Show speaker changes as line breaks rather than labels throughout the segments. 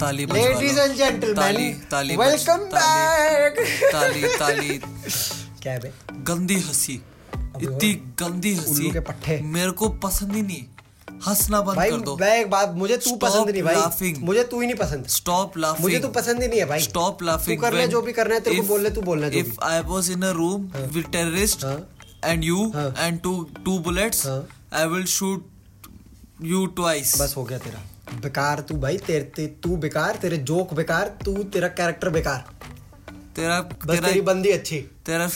ताली
लेडीज
ताली
and gentleman
ताली
वेलकम बैक
ताली ताली
क्या है बे?
गंदी हंसी इतनी गंदी हंसी
उल्लू के पट्टे।
मेरे को पसंद ही नहीं हंसना बंद
भाई
कर दो
मैं एक बात मुझे तू
Stop
पसंद नहीं भाई
laughing.
मुझे तू ही नहीं पसंद
स्टॉप लाफिंग
मुझे तू पसंद ही नहीं है भाई
स्टॉप लाफिंग
तू करना जो भी करना है, तेरे को बोलना है, तू बोलना जो
if I was in a room with terrorist
हाँ।
एंड यू
हाँ।
एंड टू टू बुलेट्स
हाँ।
I will shoot you twice
बस हो गया तेरा बेकार तू भाई तेरे ते, तू बेकार तेरे जोक बेकार तू तेरा कैरेक्टर बेकार
तेरा
बस
तेरा
तेरी बंदी अच्छी
तेरा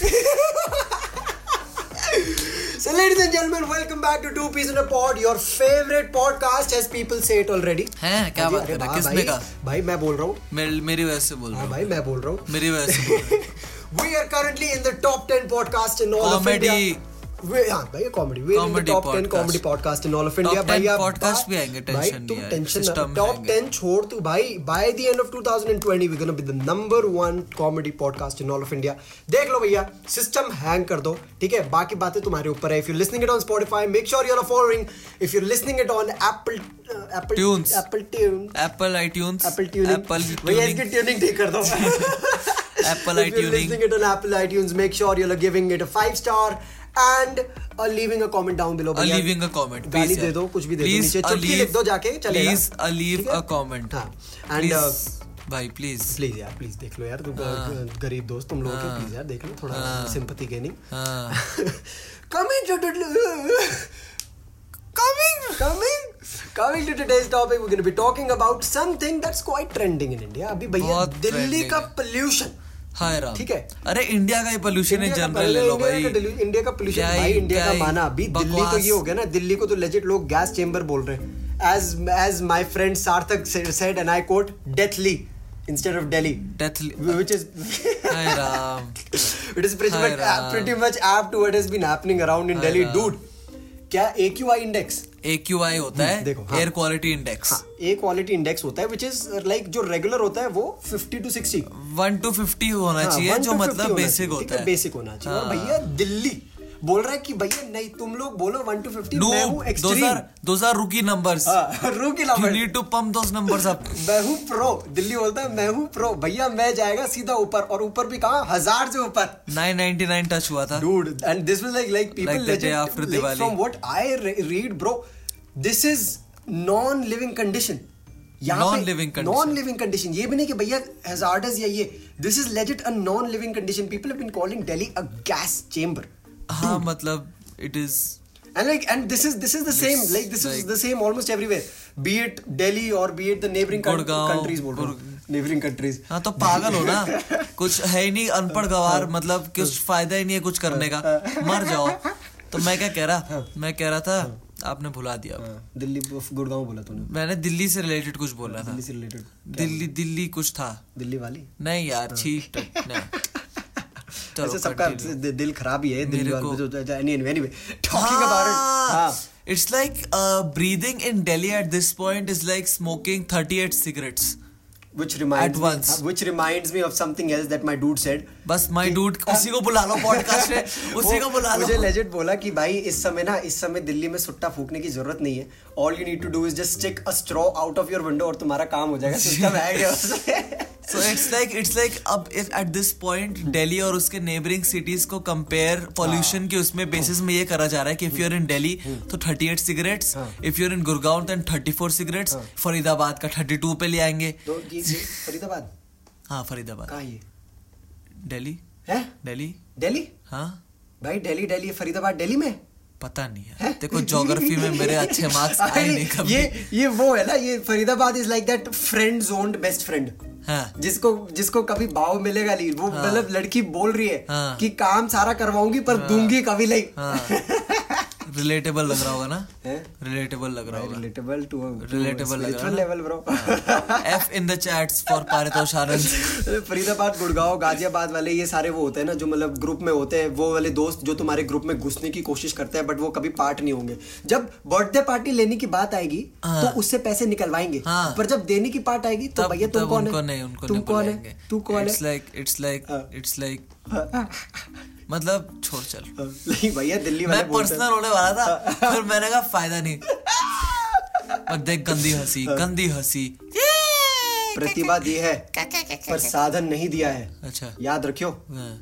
So ladies and gentlemen, welcome back to Two Peas in a Pod, your favorite podcast as people say it already.
हैं, क्या
हाँ जी,
बात
अरे
कर रहे हैं?
वाह
किसने
भाई,
कहा?
भाई मैं बोल रहा हूँ
मेरी मेरी वजह से बोल रहा
हाँ
हूँ
भाई मैं बोल रहा हूँ
मेरी वजह से बोल रहा हूँ।
we are currently in the top 10 podcast in all
Comedy.
of India. We, हाँ भाई comedy we in the
Comedy
top 10
podcast.
Comedy podcast in all of India
10
भाई आप
podcast
बात-
भी आएंगे,
भाई
tension
तुम
नहीं है,
टेंशन
system में
टॉप
आएंगे।
10 छोड़ तू भाई by the end of 2020 we gonna be the number 1 comedy podcast in all of India देख लो भैया सिस्टम हैंग कर दो ठीक है बाकी बातें तुम्हारे ऊपर है if you listening it on Spotify make sure you are following if you listening it on Apple Apple
Tunes.
Apple tune
Apple iTunes
Apple tuning
Apple
भैया इसकी ट्यूनिंग ठीक कर दो
Apple
If you're
iTuning.
listening it on Apple iTunes, make sure you're giving it a five star and uh, leaving a comment down below. भैया।
Leaving a comment
गाली दे दो कुछ भी दे दो नीचे चुटकी लिख दो जाके चलेगा
please a leave a comment
हाँ uh, एंड
भाई प्लीज
प्लीज यार प्लीज देख लो यार तुम
Ah.
ग- गरीब दोस्त तुम लोग के प्लीज यार देख लो थोड़ा सिंपथी गेनिंग
हाँ
coming to coming coming coming to today's topic we're going to be talking about something that's quite trending in india अभी भैया
बहुत
दिल्ली
trending
का
है।
pollution
हाय राम
ठीक है।
अरे इंडिया का ही पोल्यूशन है
इंडिया का
जनरल ले लो
पहले
भाई
इंडिया का dillu- इंडिया का पोल्यूशन
क्या
भाई
ही-
इंडिया का
क्या ही
माना अभी दिल्ली तो
बकवास।
ये हो गया ना दिल्ली को तो लेजिट लोग गैस चेंबर बोल रहे हैं as as my friend Sarthak said and I quote deathly instead of Delhi
death
which is
हाय Ram
it is pretty much, uh,
Haira.
pretty much apt to what has been happening around in Delhi, dude. क्या AQI index
AQI होता है
देखो, हाँ।
Air quality index
a quality index होता है which is like जो regular होता है वो 50 टू 60
वन टू फिफ्टी होना
हाँ,
चाहिए अच्छा, जो मतलब बेसिक होता है हाँ।
बेसिक होना चाहिए और भैया दिल्ली बोल रहा है कि भैया नहीं तुम लोग बोलो 1 टू 50 मैं हाँ, हूं
दो हजार दो हजार रुकी नंबर्स
एक्सट्रीम रू की
यू
लावड़
need to pump those numbers up
मैं हूँ प्रो दिल्ली बोलता है मैं हूँ प्रो भैया मैं जाएगा सीधा ऊपर और ऊपर भी कहा हजार से ऊपर
999 टच हुआ था
dude and this was like like people
Like the
legit,
day after
like
Diwali.
from what i re- read bro this is non living condition
Non living condition.
Non living condition ये भी नहीं कि भैया hazardous या ये this is legit a non living condition people have been calling Delhi a gas chamber
हाँ मतलब it is
And like, and this is this is the same. Like this is
like-
the same almost everywhere. Be it Delhi or be it the neighboring coun-
Gurgaon,
countries. बोल रहा हूँ. Neighboring countries.
हाँ तो पागल हो ना कुछ है ही नहीं अनपढ़ गवार मतलब कुछ फायदा ही नहीं है कुछ करने का मर जाओ तो मैं क्या कह रहा मैं कह रहा था आपने भुला दिया
हाँ, दिल्ली गुड़गांव बोला तूने
मैंने दिल्ली से रिलेटेड कुछ बोला था
दिल्ली से रिलेटेड
दिल्ली दिल्ली कुछ था
दिल्ली वाली
नहीं यार तो, छी नहीं
ऐसे सबका
चलो
दि- दिल खराब ही है दिल
तो मेरे को-
एनीवे टॉकिंग
हाँ।
About
it's like breathing in Delhi at this point is like smoking 38 cigarettes
which reminds
At
me, हाँ,
once.
which reminds me of something else that my dude said
बस माय डूड उसी को बुला लो podcast पे उसी
वो
को बुला लो
मुझे लेजिट बोला कि भाई इस समय ना इस समय दिल्ली में सुट्टा फूकने की जरूरत नहीं है all you need to do is just stick a straw out of your window और तुम्हारा काम हो जाएगा सिस्टम है क्या उसमें?
So it's like it's like अब एट दिस पॉइंट दिल्ली और उसके नेबरिंग सिटीज को कंपेयर
हाँ।
पोल्यूशन के उसमें बेसिस में ये करा जा रहा है कि if you are in Delhi तो 38 सिगरेट्स
हाँ।
If you are in Gurgaon then 34 cigarettes Faridabad का 32 पे ले आएंगे
तो ये ये फरीदाबाद
हाँ फरीदाबाद
कहाँ ये
दिल्ली
है
दिल्ली
दिल्ली
हाँ
भाई दिल्ली दिल्ली फरीदाबाद दिल्ली में है?
पता नहीं है देखो ज्योग्राफी में मेरे अच्छे मार्क्स आए
अरे,
नहीं कभी
ये ये वो है ना ये Faridabad is like that friend zoned best friend
हाँ
जिसको जिसको कभी भाव मिलेगा नहीं वो मतलब लड़की बोल रही है
हाँ।
कि काम सारा करवाऊंगी पर दूंगी कभी नहीं
रिलेटेबल लग रहा होगा ना
हैं?
रिलेटेबल लग रहा होगा
रिलेटेबल टू
Relatable हाँ। लग रहा है ना?
Level bro
F in the chats for Paritosh Anand
Faridabad Gurgaon Ghaziabad वाले ये सारे वो होते हैं ना जो मतलब ग्रुप में होते हैं वो वाले दोस्त जो तुम्हारे ग्रुप में घुसने की कोशिश करते हैं बट वो कभी पार्ट नहीं होंगे जब बर्थडे पार्टी लेने की बात आएगी
हाँ।
तो उससे पैसे निकलवाएंगे
हाँ।
पर जब देने की पार्ट आएगी तो
तब
भैया तुम
तब
कौन
उनको नहीं
है
उनको
तुम
नहीं
कौन
बुलाएंगे
है तू कौन है हाँ।
It's like it's like it's like मतलब छोड़ चल
नहीं भैया दिल्ली वाले
मैं
बोलते हैं हाँ।
पर्सनल होने वाला था फिर मैंने
हाँ।
कहा फायदा नहीं पर देख गंदी हंसी गंदी हंसी
प्रतिभा दी है पर साधन नहीं दिया है
अच्छा
याद रखियो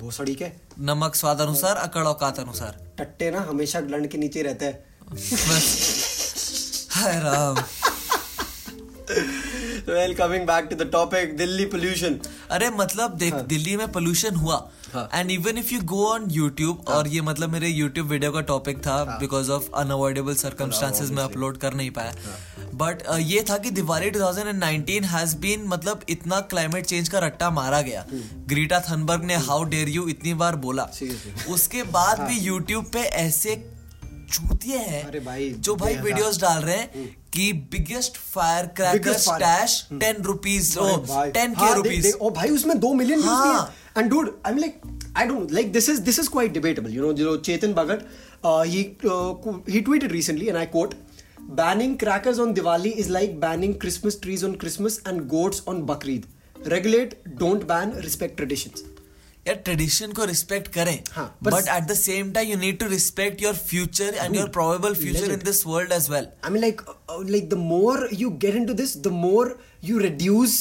भोसड़ी के
नमक स्वाद अनुसार अकड़ औकात अनुसार
टट्टे ना हमेशा लंड के नीचे रहते हैं
बस। हाय Ram
well coming back to the topic Delhi pollution
अरे मतलब देख
हाँ।
दिल्ली में पोल्यूशन हुआ and even if you go on
हाँ।
यूट्यूब और ये मतलब मेरे यूट्यूब वीडियो का टॉपिक था बिकॉज ऑफ अनअवॉइडेबल सर्कमस्टांसेस में अपलोड कर नहीं पाया
हाँ।
बट ये था कि दिवाली 2019 हैज बीन मतलब इतना क्लाइमेट चेंज का रट्टा मारा गया
हम्म।
ग्रीटा थनबर्ग ने हाउ डेयर यू इतनी बार बोला
Seriously.
उसके बाद भी यूट्यूब पे ऐसे चूतिए हैं
हाँ। अरे भाई,
जो भाई
बेहद। हम्म।
वीडियोस डाल रहे हैं कि biggest fire cracker
Biggest fire- हम्म।
स्टैश टेन रुपीज
भाई।
टेन
हाँ,
के
देख-
रुपीज
देख- ओ भाई उसमें दो मिलियन व्यूज
हाँ।
भी and dude I am like I don't like this is this is quite debatable you know जो Chetan Bhagat uh, he he tweeted recently and I quote banning crackers on diwali is like banning christmas trees on christmas and goats on bakrid regulate don't ban respect traditions
यार tradition को respect करें
हाँ, पर-
but at the same time you need to respect your future and your probable future in
Hmm. legit.
This world as well
I mean, like, uh, uh, like the more you get into this, the more you reduce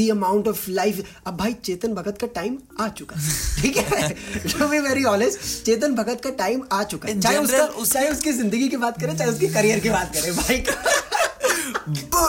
the amount of life. अब भाई चेतन भगत का time आ चुका है ठीक है to be very honest Chetan Bhagat का time आ चुका है
In
चाहे उसका
general, उसकी-
चाहे उसकी जिंदगी की बात करें चाहे उसकी करियर की बात करें भाई का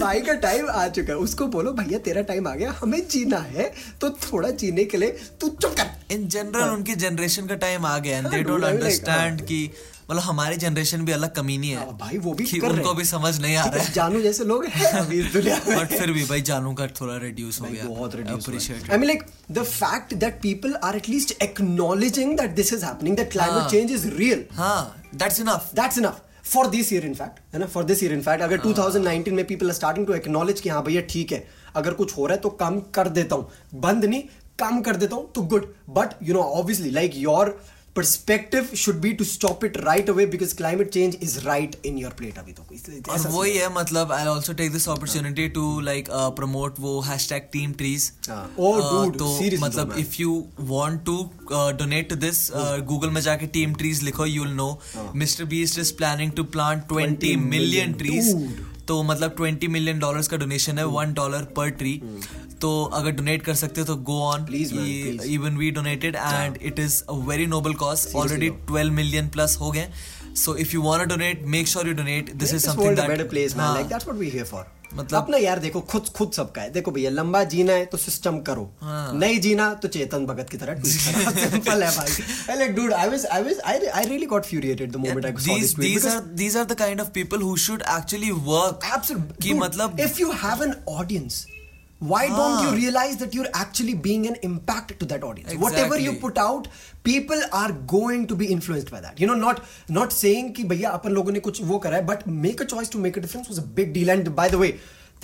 भाई का टाइम आ चुका है उसको बोलो भैया तेरा टाइम आ गया हमें जीना है तो थोड़ा जीने के लिए तू चुप कर
इन जनरल उनकी जनरेशन का टाइम आ गया एंड
हाँ,
they don't
dude, I mean, like,
understand कि मतलब हमारी जनरेशन भी अलग कमीनी है
हाँ, भाई, वो भी
कि
कर रहे
उनको
हैं।
भी समझ नहीं आ
ठीक
रहा
है,
है
जानू जैसे लोग हैं अभी इस दुनिया में
बट फिर भी भाई जानू का थोड़ा रिड्यूस हो गया
बहुत reduced हुआ
Appreciate
है। I mean like the fact that people are at least acknowledging that this is happening, that climate
हाँ।
change is real.
it. हाँ that's enough
That's enough. For this year in fact, है ना? For this year in fact, अगर 2019 में people are starting to acknowledge कि हाँ भैया ठीक है, अगर कुछ हो रहा है तो कम कर देता हूँ, बंद नहीं, कम कर देता हूँ तो good. But you know obviously like your perspective should be to stop it right away because climate change is right in your plate अभी तो इस-
और
ऐसा-
वही है मतलब I also take this opportunity to like promote uh, वो hash tag team trees
हाँ। Oh, dude,
तो
seriously though,
मतलब
man.
If you want to donate to this Google uh, में जाके टीम ट्रीज लिखो यू विल नो
हाँ.
Mister Beast is planning to plant 20 million trees तो मतलब 20 million dollars का डोनेशन है वन डॉलर पर ट्री तो अगर डोनेट कर सकते हो तो go on
Hmm. Please, man, please.
Even we donated and it is a very noble cause already 12 million plus हो गए so if you want to donate make sure you donate this
Make
is
this
something
world a
that
better place, man. Like, that's what we're here for.
हाँ। मतलब-
अपना यार देखो खुद खुद सबका है देखो भैया लंबा जीना है तो सिस्टम करो
हाँ।
नहीं जीना तो चेतन भगत की तरह सिंपल है भाई पहले dude I was I was I I really got फ्यूरिएटेड the moment I saw
these
this tweet
these
because
are these are the kind of people who should actually work
absolutely
कि मतलब हाँ।
if you have an audience why don't you realize that you're actually being an impact to that audience whatever you
Exactly.
put out people are going to be influenced by that you know not not saying कि भैया अपन लोगों ने कुछ वो करा है but make a choice to make a difference was a big deal and by the way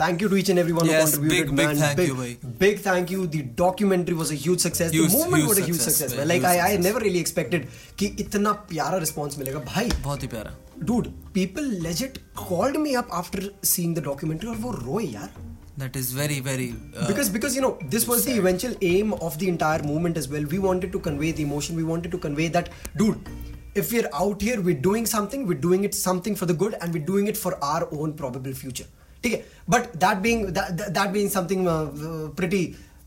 thank you to each and everyone who
Yes,
contributed
big, big
man.
thank
big,
you, भाई.
big thank you the documentary was a huge success
Huge-
the movement
huge
was a huge
success,
success
भाई,
man. like
huge
I, I
success.
never really expected कि इतना प्यारा response मिलेगा भाई
बहुत ही प्यारा
dude people legit called me up after seeing the documentary और वो रोए यार
that is very very uh,
because because you know this was the eventual aim of the entire movement as well we wanted to convey the emotion we wanted to convey that dude if we're out here we're doing something we're doing it something for the good and we're doing it for our own probable future ठीक है but that being that, that- that being something uh, uh, pretty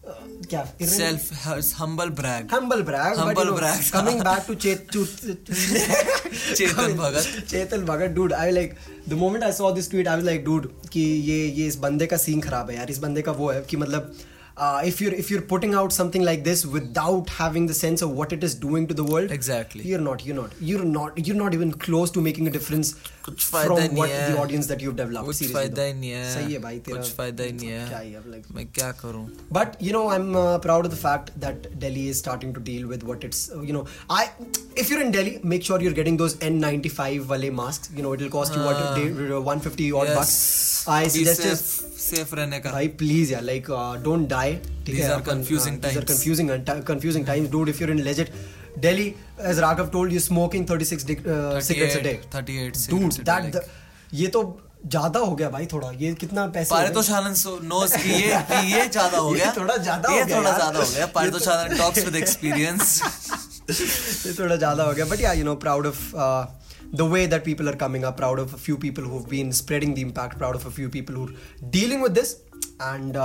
uh, क्या
self humble brag
humble brag but,
Humble
you know,
brag.
coming back to Chet, to, Chetan
Chetan Bhagat.
Chetan Bhagat dude I like the moment I saw this tweet I was like dude कि ये ये इस बंदे का scene खराब है यार इस बंदे का वो है कि मतलब uh, if you're if you're putting out something like this without having the sense of what it is doing to the world
Exactly.
you're not you're not you're not you're not even close to making a difference
कुछ फायदा
from
नहीं
what
है।
the audience that you've developed
कुछ
seriously
फायदा
though.
ही नहीं है
सही है भाई तेरा मतलब
कुछ फायदा ही नहीं है
क्या ही अब like
मैं क्या करूं
but you know i'm uh, proud of the fact that delhi is starting to deal with what it's uh, you know i if you're in delhi make sure you're getting those n95 wale masks you know it'll cost you what
Ah.
day, 150 odd
Yes,
bucks i
be
suggested
safe safe रहने का
Bhai, please, yeah, like uh, don't die. ठीक
These
है,
are
अपन,
confusing
uh, These are
times.
confusing and ti- confusing times, dude. If you're in legit Delhi, as Raghav told, you're smoking 36 dic- uh, cigarettes a day.
38 38
Dude,
cigarettes a day,
that
like.
the, ये तो ज्यादा हो गया भाई थोड़ा ये कितना पैसे हो गए?
पारितोष आनंद नोस कि ये कि ये ज्यादा हो
ये
गया
थोड़ा ज्यादा हो
ये
गया
थोड़ा
यार।
ज्यादा हो गया
ये
पारितोष
तो-
आनंद टॉक्स विद एक्सपीरियंस
ये थोड़ा ज्यादा हो गया but yeah you know proud of uh, the way that people are coming up, proud of a few people who've been spreading the impact, proud of a few people who are dealing with this. And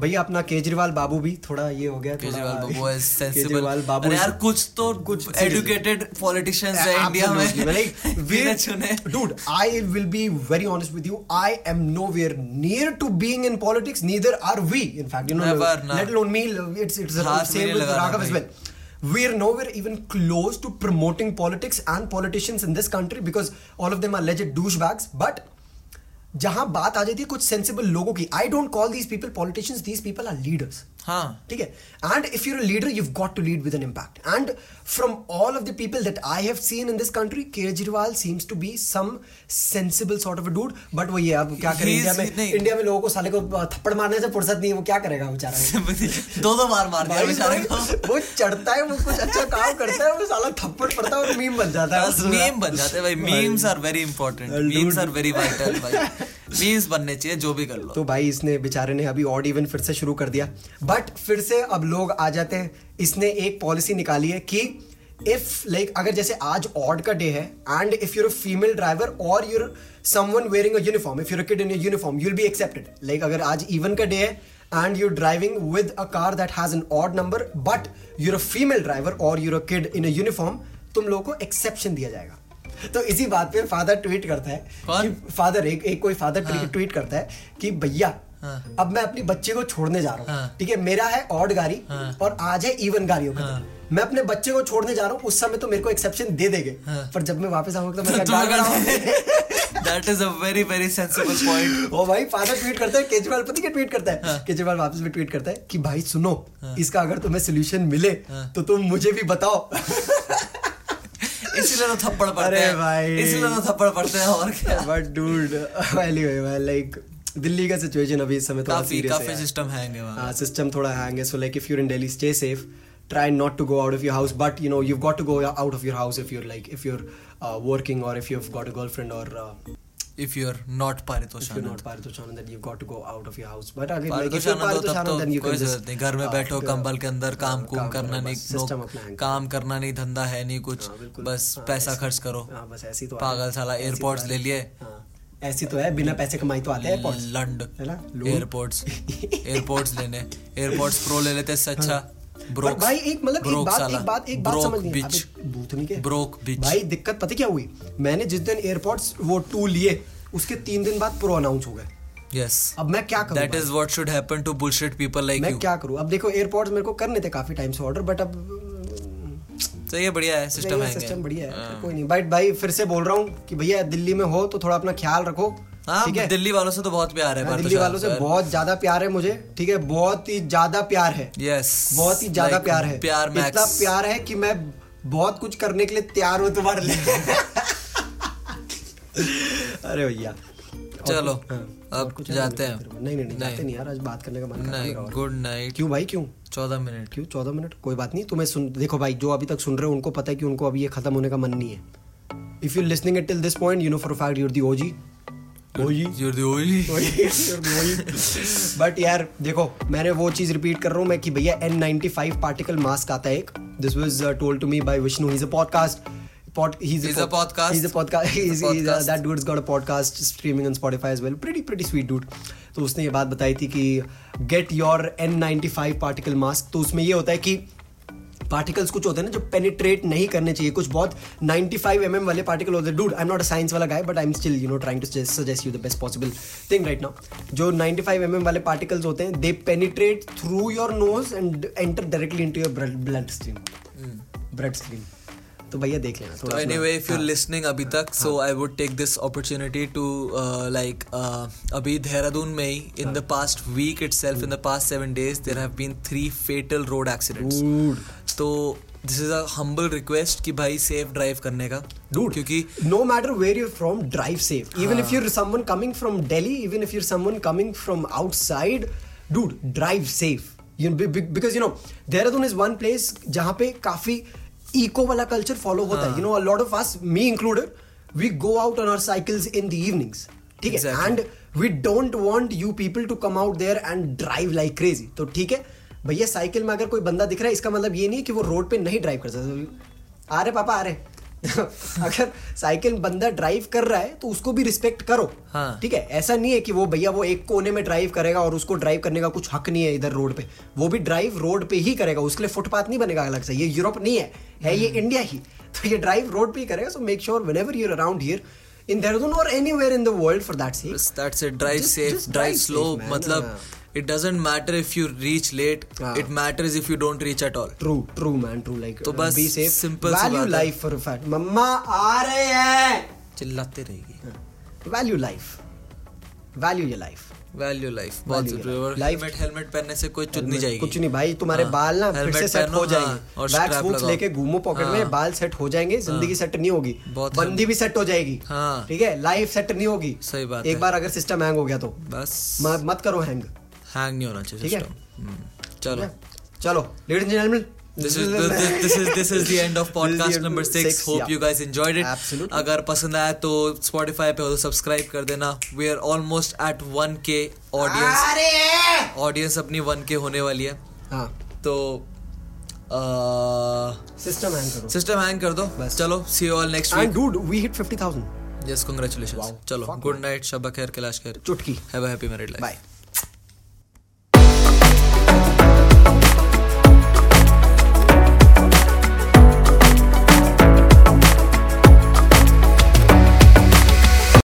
भैया अपना केजरीवाल बाबू भी थोड़ा ये हो गया थोड़ा-
केजरीवाल बाबू is sensible
Kejriwal बाबू
अरे
is-
यार कुछ तो कुछ
कुछ
एजुकेटेड पॉलिटिशियंस है इंडिया
Absolutely.
में
Like,
बिना
we're-
चुने
Dude, I will be very honest with you. I am nowhere near to being in politics. Neither are we. In fact, you know,
Never, nah.
let alone me. It's it's the
हाथ भी
same
नहीं
with
लगा रहा
Raghav as
भाई।
well. We're nowhere even close to promoting politics and politicians in this country because all of them are legit douchebags. But जहां बात आ जाती है कुछ sensible लोगों की I don't call these people politicians these people are leaders
हाँ
ठीक है and if you're leader you've got to lead with an impact and from all of the people that i have seen in this country kejriwal seems to be some sensible sort of a dude but वो ये अब क्या
He
करें
is-
India में
नहीं।
India में लोगों को साले को थप्पड़ मारने से फुर्सत नहीं है वो क्या करेगा बेचारा
दो दो बार मार दिया
भाई,
बेचारे को
भाई, वो चढ़ता है वो कुछ अच्छा काम करता है वो साला थप्पड़ पड़ता है और मीम बन जाता है
मीम बन जाते हैं भाई memes are very important
Well,
memes
dude.
Are very vital भाई मीम्स बनने चाहिए जो भी कर लो
तो भाई इसने बेचारे ने अभी ऑड इवन फिर से शुरू कर दिया बट फिर से अब लोग आ जाते हैं इसने एक पॉलिसी निकाली है कि इफ लाइक like, अगर जैसे आज ऑड का डे है and if you're a female driver और you're someone wearing a uniform if you're kid in uniform you'll be accepted like अगर आज इवन का डे है and you're driving with a car that has an odd number but you're a female driver or you're a kid in a uniform तुम लोगों को exception दिया जाएगा तो इसी बात पे फादर ट्वीट करता है
कौन?
कि फादर एक एक कोई फादर
हाँ।
ट्वीट करता है कि भैया अब मैं अपनी बच्चे को छोड़ने जा रहा हूँ
हाँ।
ठीक है मेरा है ऑड गाड़ी और आज है इवन गाड़ियों का दिन। मैं अपने बच्चे को छोड़ने जा रहा हूँ उस समय तो मेरे को एक्सेप्शन दे देंगे
हाँ।
पर जब मैं वापस आऊंगा तो मैं
तुम्हें
गाड़ी बनाऊंगा।
That is a very very sensible point
वो भाई फादर ट्वीट करता है केजरीवाल पति के ट्वीट करता
हाँ।
है केजरीवाल वापस भी ट्वीट करता है कि भाई सुनो इसका अगर तुम्हें सोल्यूशन मिले
हाँ।
तो तुम मुझे भी बताओ
इसीलिए तो थप्पड़ पड़ते
अरे
हैं
भाई।
इसीलिए तो थप्पड़ पड़ते हैं और क्या
बट डूड लाइक दिल्ली का सिचुएशन अभी इस समय थोड़ा
काफी काफी
सीरियस
सिस्टम हैंग है वहाँ
है सिस्टम थोड़ा हैंग है so like if you're in Delhi stay safe try not to go out of your house but you know you've got to go out of your house if you're like if you're uh, working or if you've got a girlfriend or uh,
if you are not
if you're
पारितोषण
not paritoshanand then you've got to go out of your house but again like if you're
Paritoshan दो तब
paritoshanand then you
तो कोई
can
जरूरत
just
नहीं घर में
uh,
बैठो
go-
कंबल के अंदर काम कुम
हाँ, काम
करना
करो,
नहीं
बस, system
नो-
अपना हैंग
काम करना नहीं धंधा है नहीं कुछ
हाँ, बिल्कुल।
बस
हाँ,
पैसा
ऐसे-
खर्च करो
हाँ, बस ऐसी तो
पागल साला एयरपोर्ट्स ले लिए
ऐसी तो है बिना पैसे कमाई तो आते हैं एयरपोर्ट्स
लंड
है ना, लोन।
एयरपोर्ट्स एयरपोर्ट्स लेने एयरपोर्ट्स प्रो ले लेते इससे अच्छा
पर भाई एक मतलब एक बात एक बात एक बात समझ नहीं
बिच
अबे, भूतनी के
ब्रोक बिच
भाई दिक्कत पता क्या हुई मैंने जिस दिन एयरपोर्ट्स वो टू लिए उसके तीन दिन बाद प्रो अनाउंस हो गए
यस
अब मैं क्या करूं
दैट
भाई?
Is what should happen to bullshit people like
मैं
यू
क्या करूं अब देखो एयरपोर्ट्स मेरे को करने थे काफी टाइम से ऑर्डर बट अब
तो ये बढ़िया
अच्छा,
है सिस्टम है हाँ।
सिस्टम बढ़िया है कोई नहीं बट भाई फिर से बोल रहा हूँ कि भैया दिल्ली में हो तो थोड़ा अपना ख्याल रखो ठीक
हाँ
है
दिल्ली वालों से तो बहुत प्यार है
मैं
पार्थ
दिल्ली
शाह
वालों से
सर।
बहुत ज्यादा प्यार है मुझे ठीक है बहुत ही ज्यादा प्यार है
यस
बहुत ही ज्यादा प्यार है
प्यार
इतना
मैक्स
प्यार है कि मैं बहुत कुछ करने के लिए तैयार हूँ तुम्हारे लिए अरे भैया और-
चलो,
हाँ,
अब
और कुछ है?
जाते हैं।
नहीं नहीं नहीं जाते
नहीं।
नहीं यार आज बात करने का मन कर रहा है
नहीं
मेरा और।
गुड नाइट
क्यों भाई क्यों
चौदह मिनट
क्यों चौदह मिनट कोई बात नहीं तुम्हें सुन देखो भाई जो अभी तक सुन रहे हो उनको पता है कि उनको अभी ये खत्म होने का मन नहीं है if you listening it till this point you know for fact you're the OG OG
You're the only-
but यार देखो मैंने वो चीज रिपीट कर रहा हूँ मैं कि भैया N ninety five particle mask आता है एक uh, this was told to me by Vishnu he is a podcast Pod, he's,
He's a podcast.
He's a podcast.
He's a
He's, he's, uh,
podcast.
that dude's got a podcast streaming on Spotify as well. Pretty pretty sweet dude. तो उसने ये बात बताई थी कि get your N95 particle mask. तो उसमें ये होता है कि पार्टिकल्स कुछ होते हैं ना जो पेनिट्रेट नहीं करने चाहिए कुछ बहुत 95 फाइव mm वाले पार्टिकल होते हैं dude I am not a science वाला guy but I am still you know trying to suggest you the best possible thing right now जो 95 फाइव mm वाले पार्टिकल्स होते हैं they penetrate through your nose and enter directly into your blood stream blood stream तो भैया देख लेना
So
थोड़ा हाँ। अपना-
anyway, if you're listening अभी तक, so I would take this opportunity to uh, like uh, अभी देहरादून में ही in
हाँ।
the past week itself,
Hmm.
in the past seven days, there have been three fatal road accidents.
Dude.
तो this is a humble request कि भाई safe drive करने का.
Dude.
क्योंकि
no matter where you're from drive safe even if you're someone coming from delhi even if you're someone coming from outside dude drive safe you know, be- be- because you know dehradun is one place जहाँ पे काफी eco वाला culture follow होता है you know a lot of us me included we go out on our cycles in the evenings ठीक है
Exactly.
and we don't want you people to come out there and drive like crazy तो ठीक है भैया cycle में अगर कोई बंदा दिख रहा है इसका मतलब ये नहीं है कि वो रोड पे नहीं ड्राइव कर सकता आ रहे पापा आ रहे अगर साइकिल बंदा ड्राइव कर रहा है तो उसको भी रिस्पेक्ट करो
हाँ।
ठीक है ऐसा नहीं है कि वो भैया वो एक कोने में ड्राइव करेगा और उसको ड्राइव करने का कुछ हक नहीं है इधर रोड पे वो भी ड्राइव रोड पे ही करेगा उसके लिए फुटपाथ नहीं बनेगा अलग से ये यूरोप नहीं है है ये इंडिया ही तो ये ड्राइव रोड पे ही करेगा so make sure whenever you're around here in Dehradun और any in the world for that sake
that's it drive
Just-
safe
just
drive
drive
slow
safe, man.
मतलब it doesn't matter if you reach late
हाँ.
It matters if you don't reach at all
true true man true like
तो बस
be safe
simple सी
value
बात है।
Life for fact मम्मा आ रहे हैं
चिल्लाते रहेगी
value life value your life
value life बहुत
Value
जरूरी है और
life.
हेलमेट हेलमेट पहनने से कोई चुद नहीं जाएगी
कुछ नहीं भाई तुम्हारे
हाँ,
बाल ना फिर
helmet
से सेट
पहनो,
हो
हाँ,
जाएंगे
और
वैक्स
strap
वूक्स
लगाओ। हाँ।
लेके घूमो पॉकेट में बाल सेट हो जाएंगे जिंदगी सेट नहीं होगी
बहुत
बंदी भी सेट हो जाएगी
हाँ।
ठीक है लाइफ सेट नहीं होगी
सही बात
एक
है।
बार अगर सिस्टम हैंग हो गया तो
बस
म- मत करो हैंग
हैंग नहीं होना
ठीक
चाहिए
है?
सिस्टम चलो
चलो ladies and gentleman
This is this, this, this is this is the end of podcast number six. Hope you guys enjoyed it.
Absolutely.
अगर पसंद आया तो Spotify पे हो तो सब्सक्राइब कर देना. We are almost at 1k audience.
अरे Ah.
Audience अपनी 1k होने वाली है.
हाँ
तो
सिस्टम हैंग करो
सिस्टम हैंग कर दो.
बस।
चलो see you all next
And
week.
dude, we hit 50,000.
Yes, congratulations.
Wow.
चलो
Fuck,
good night. शब्बा खैर कैलाश खैर.
चुटकी
Have a happy married life.
Bye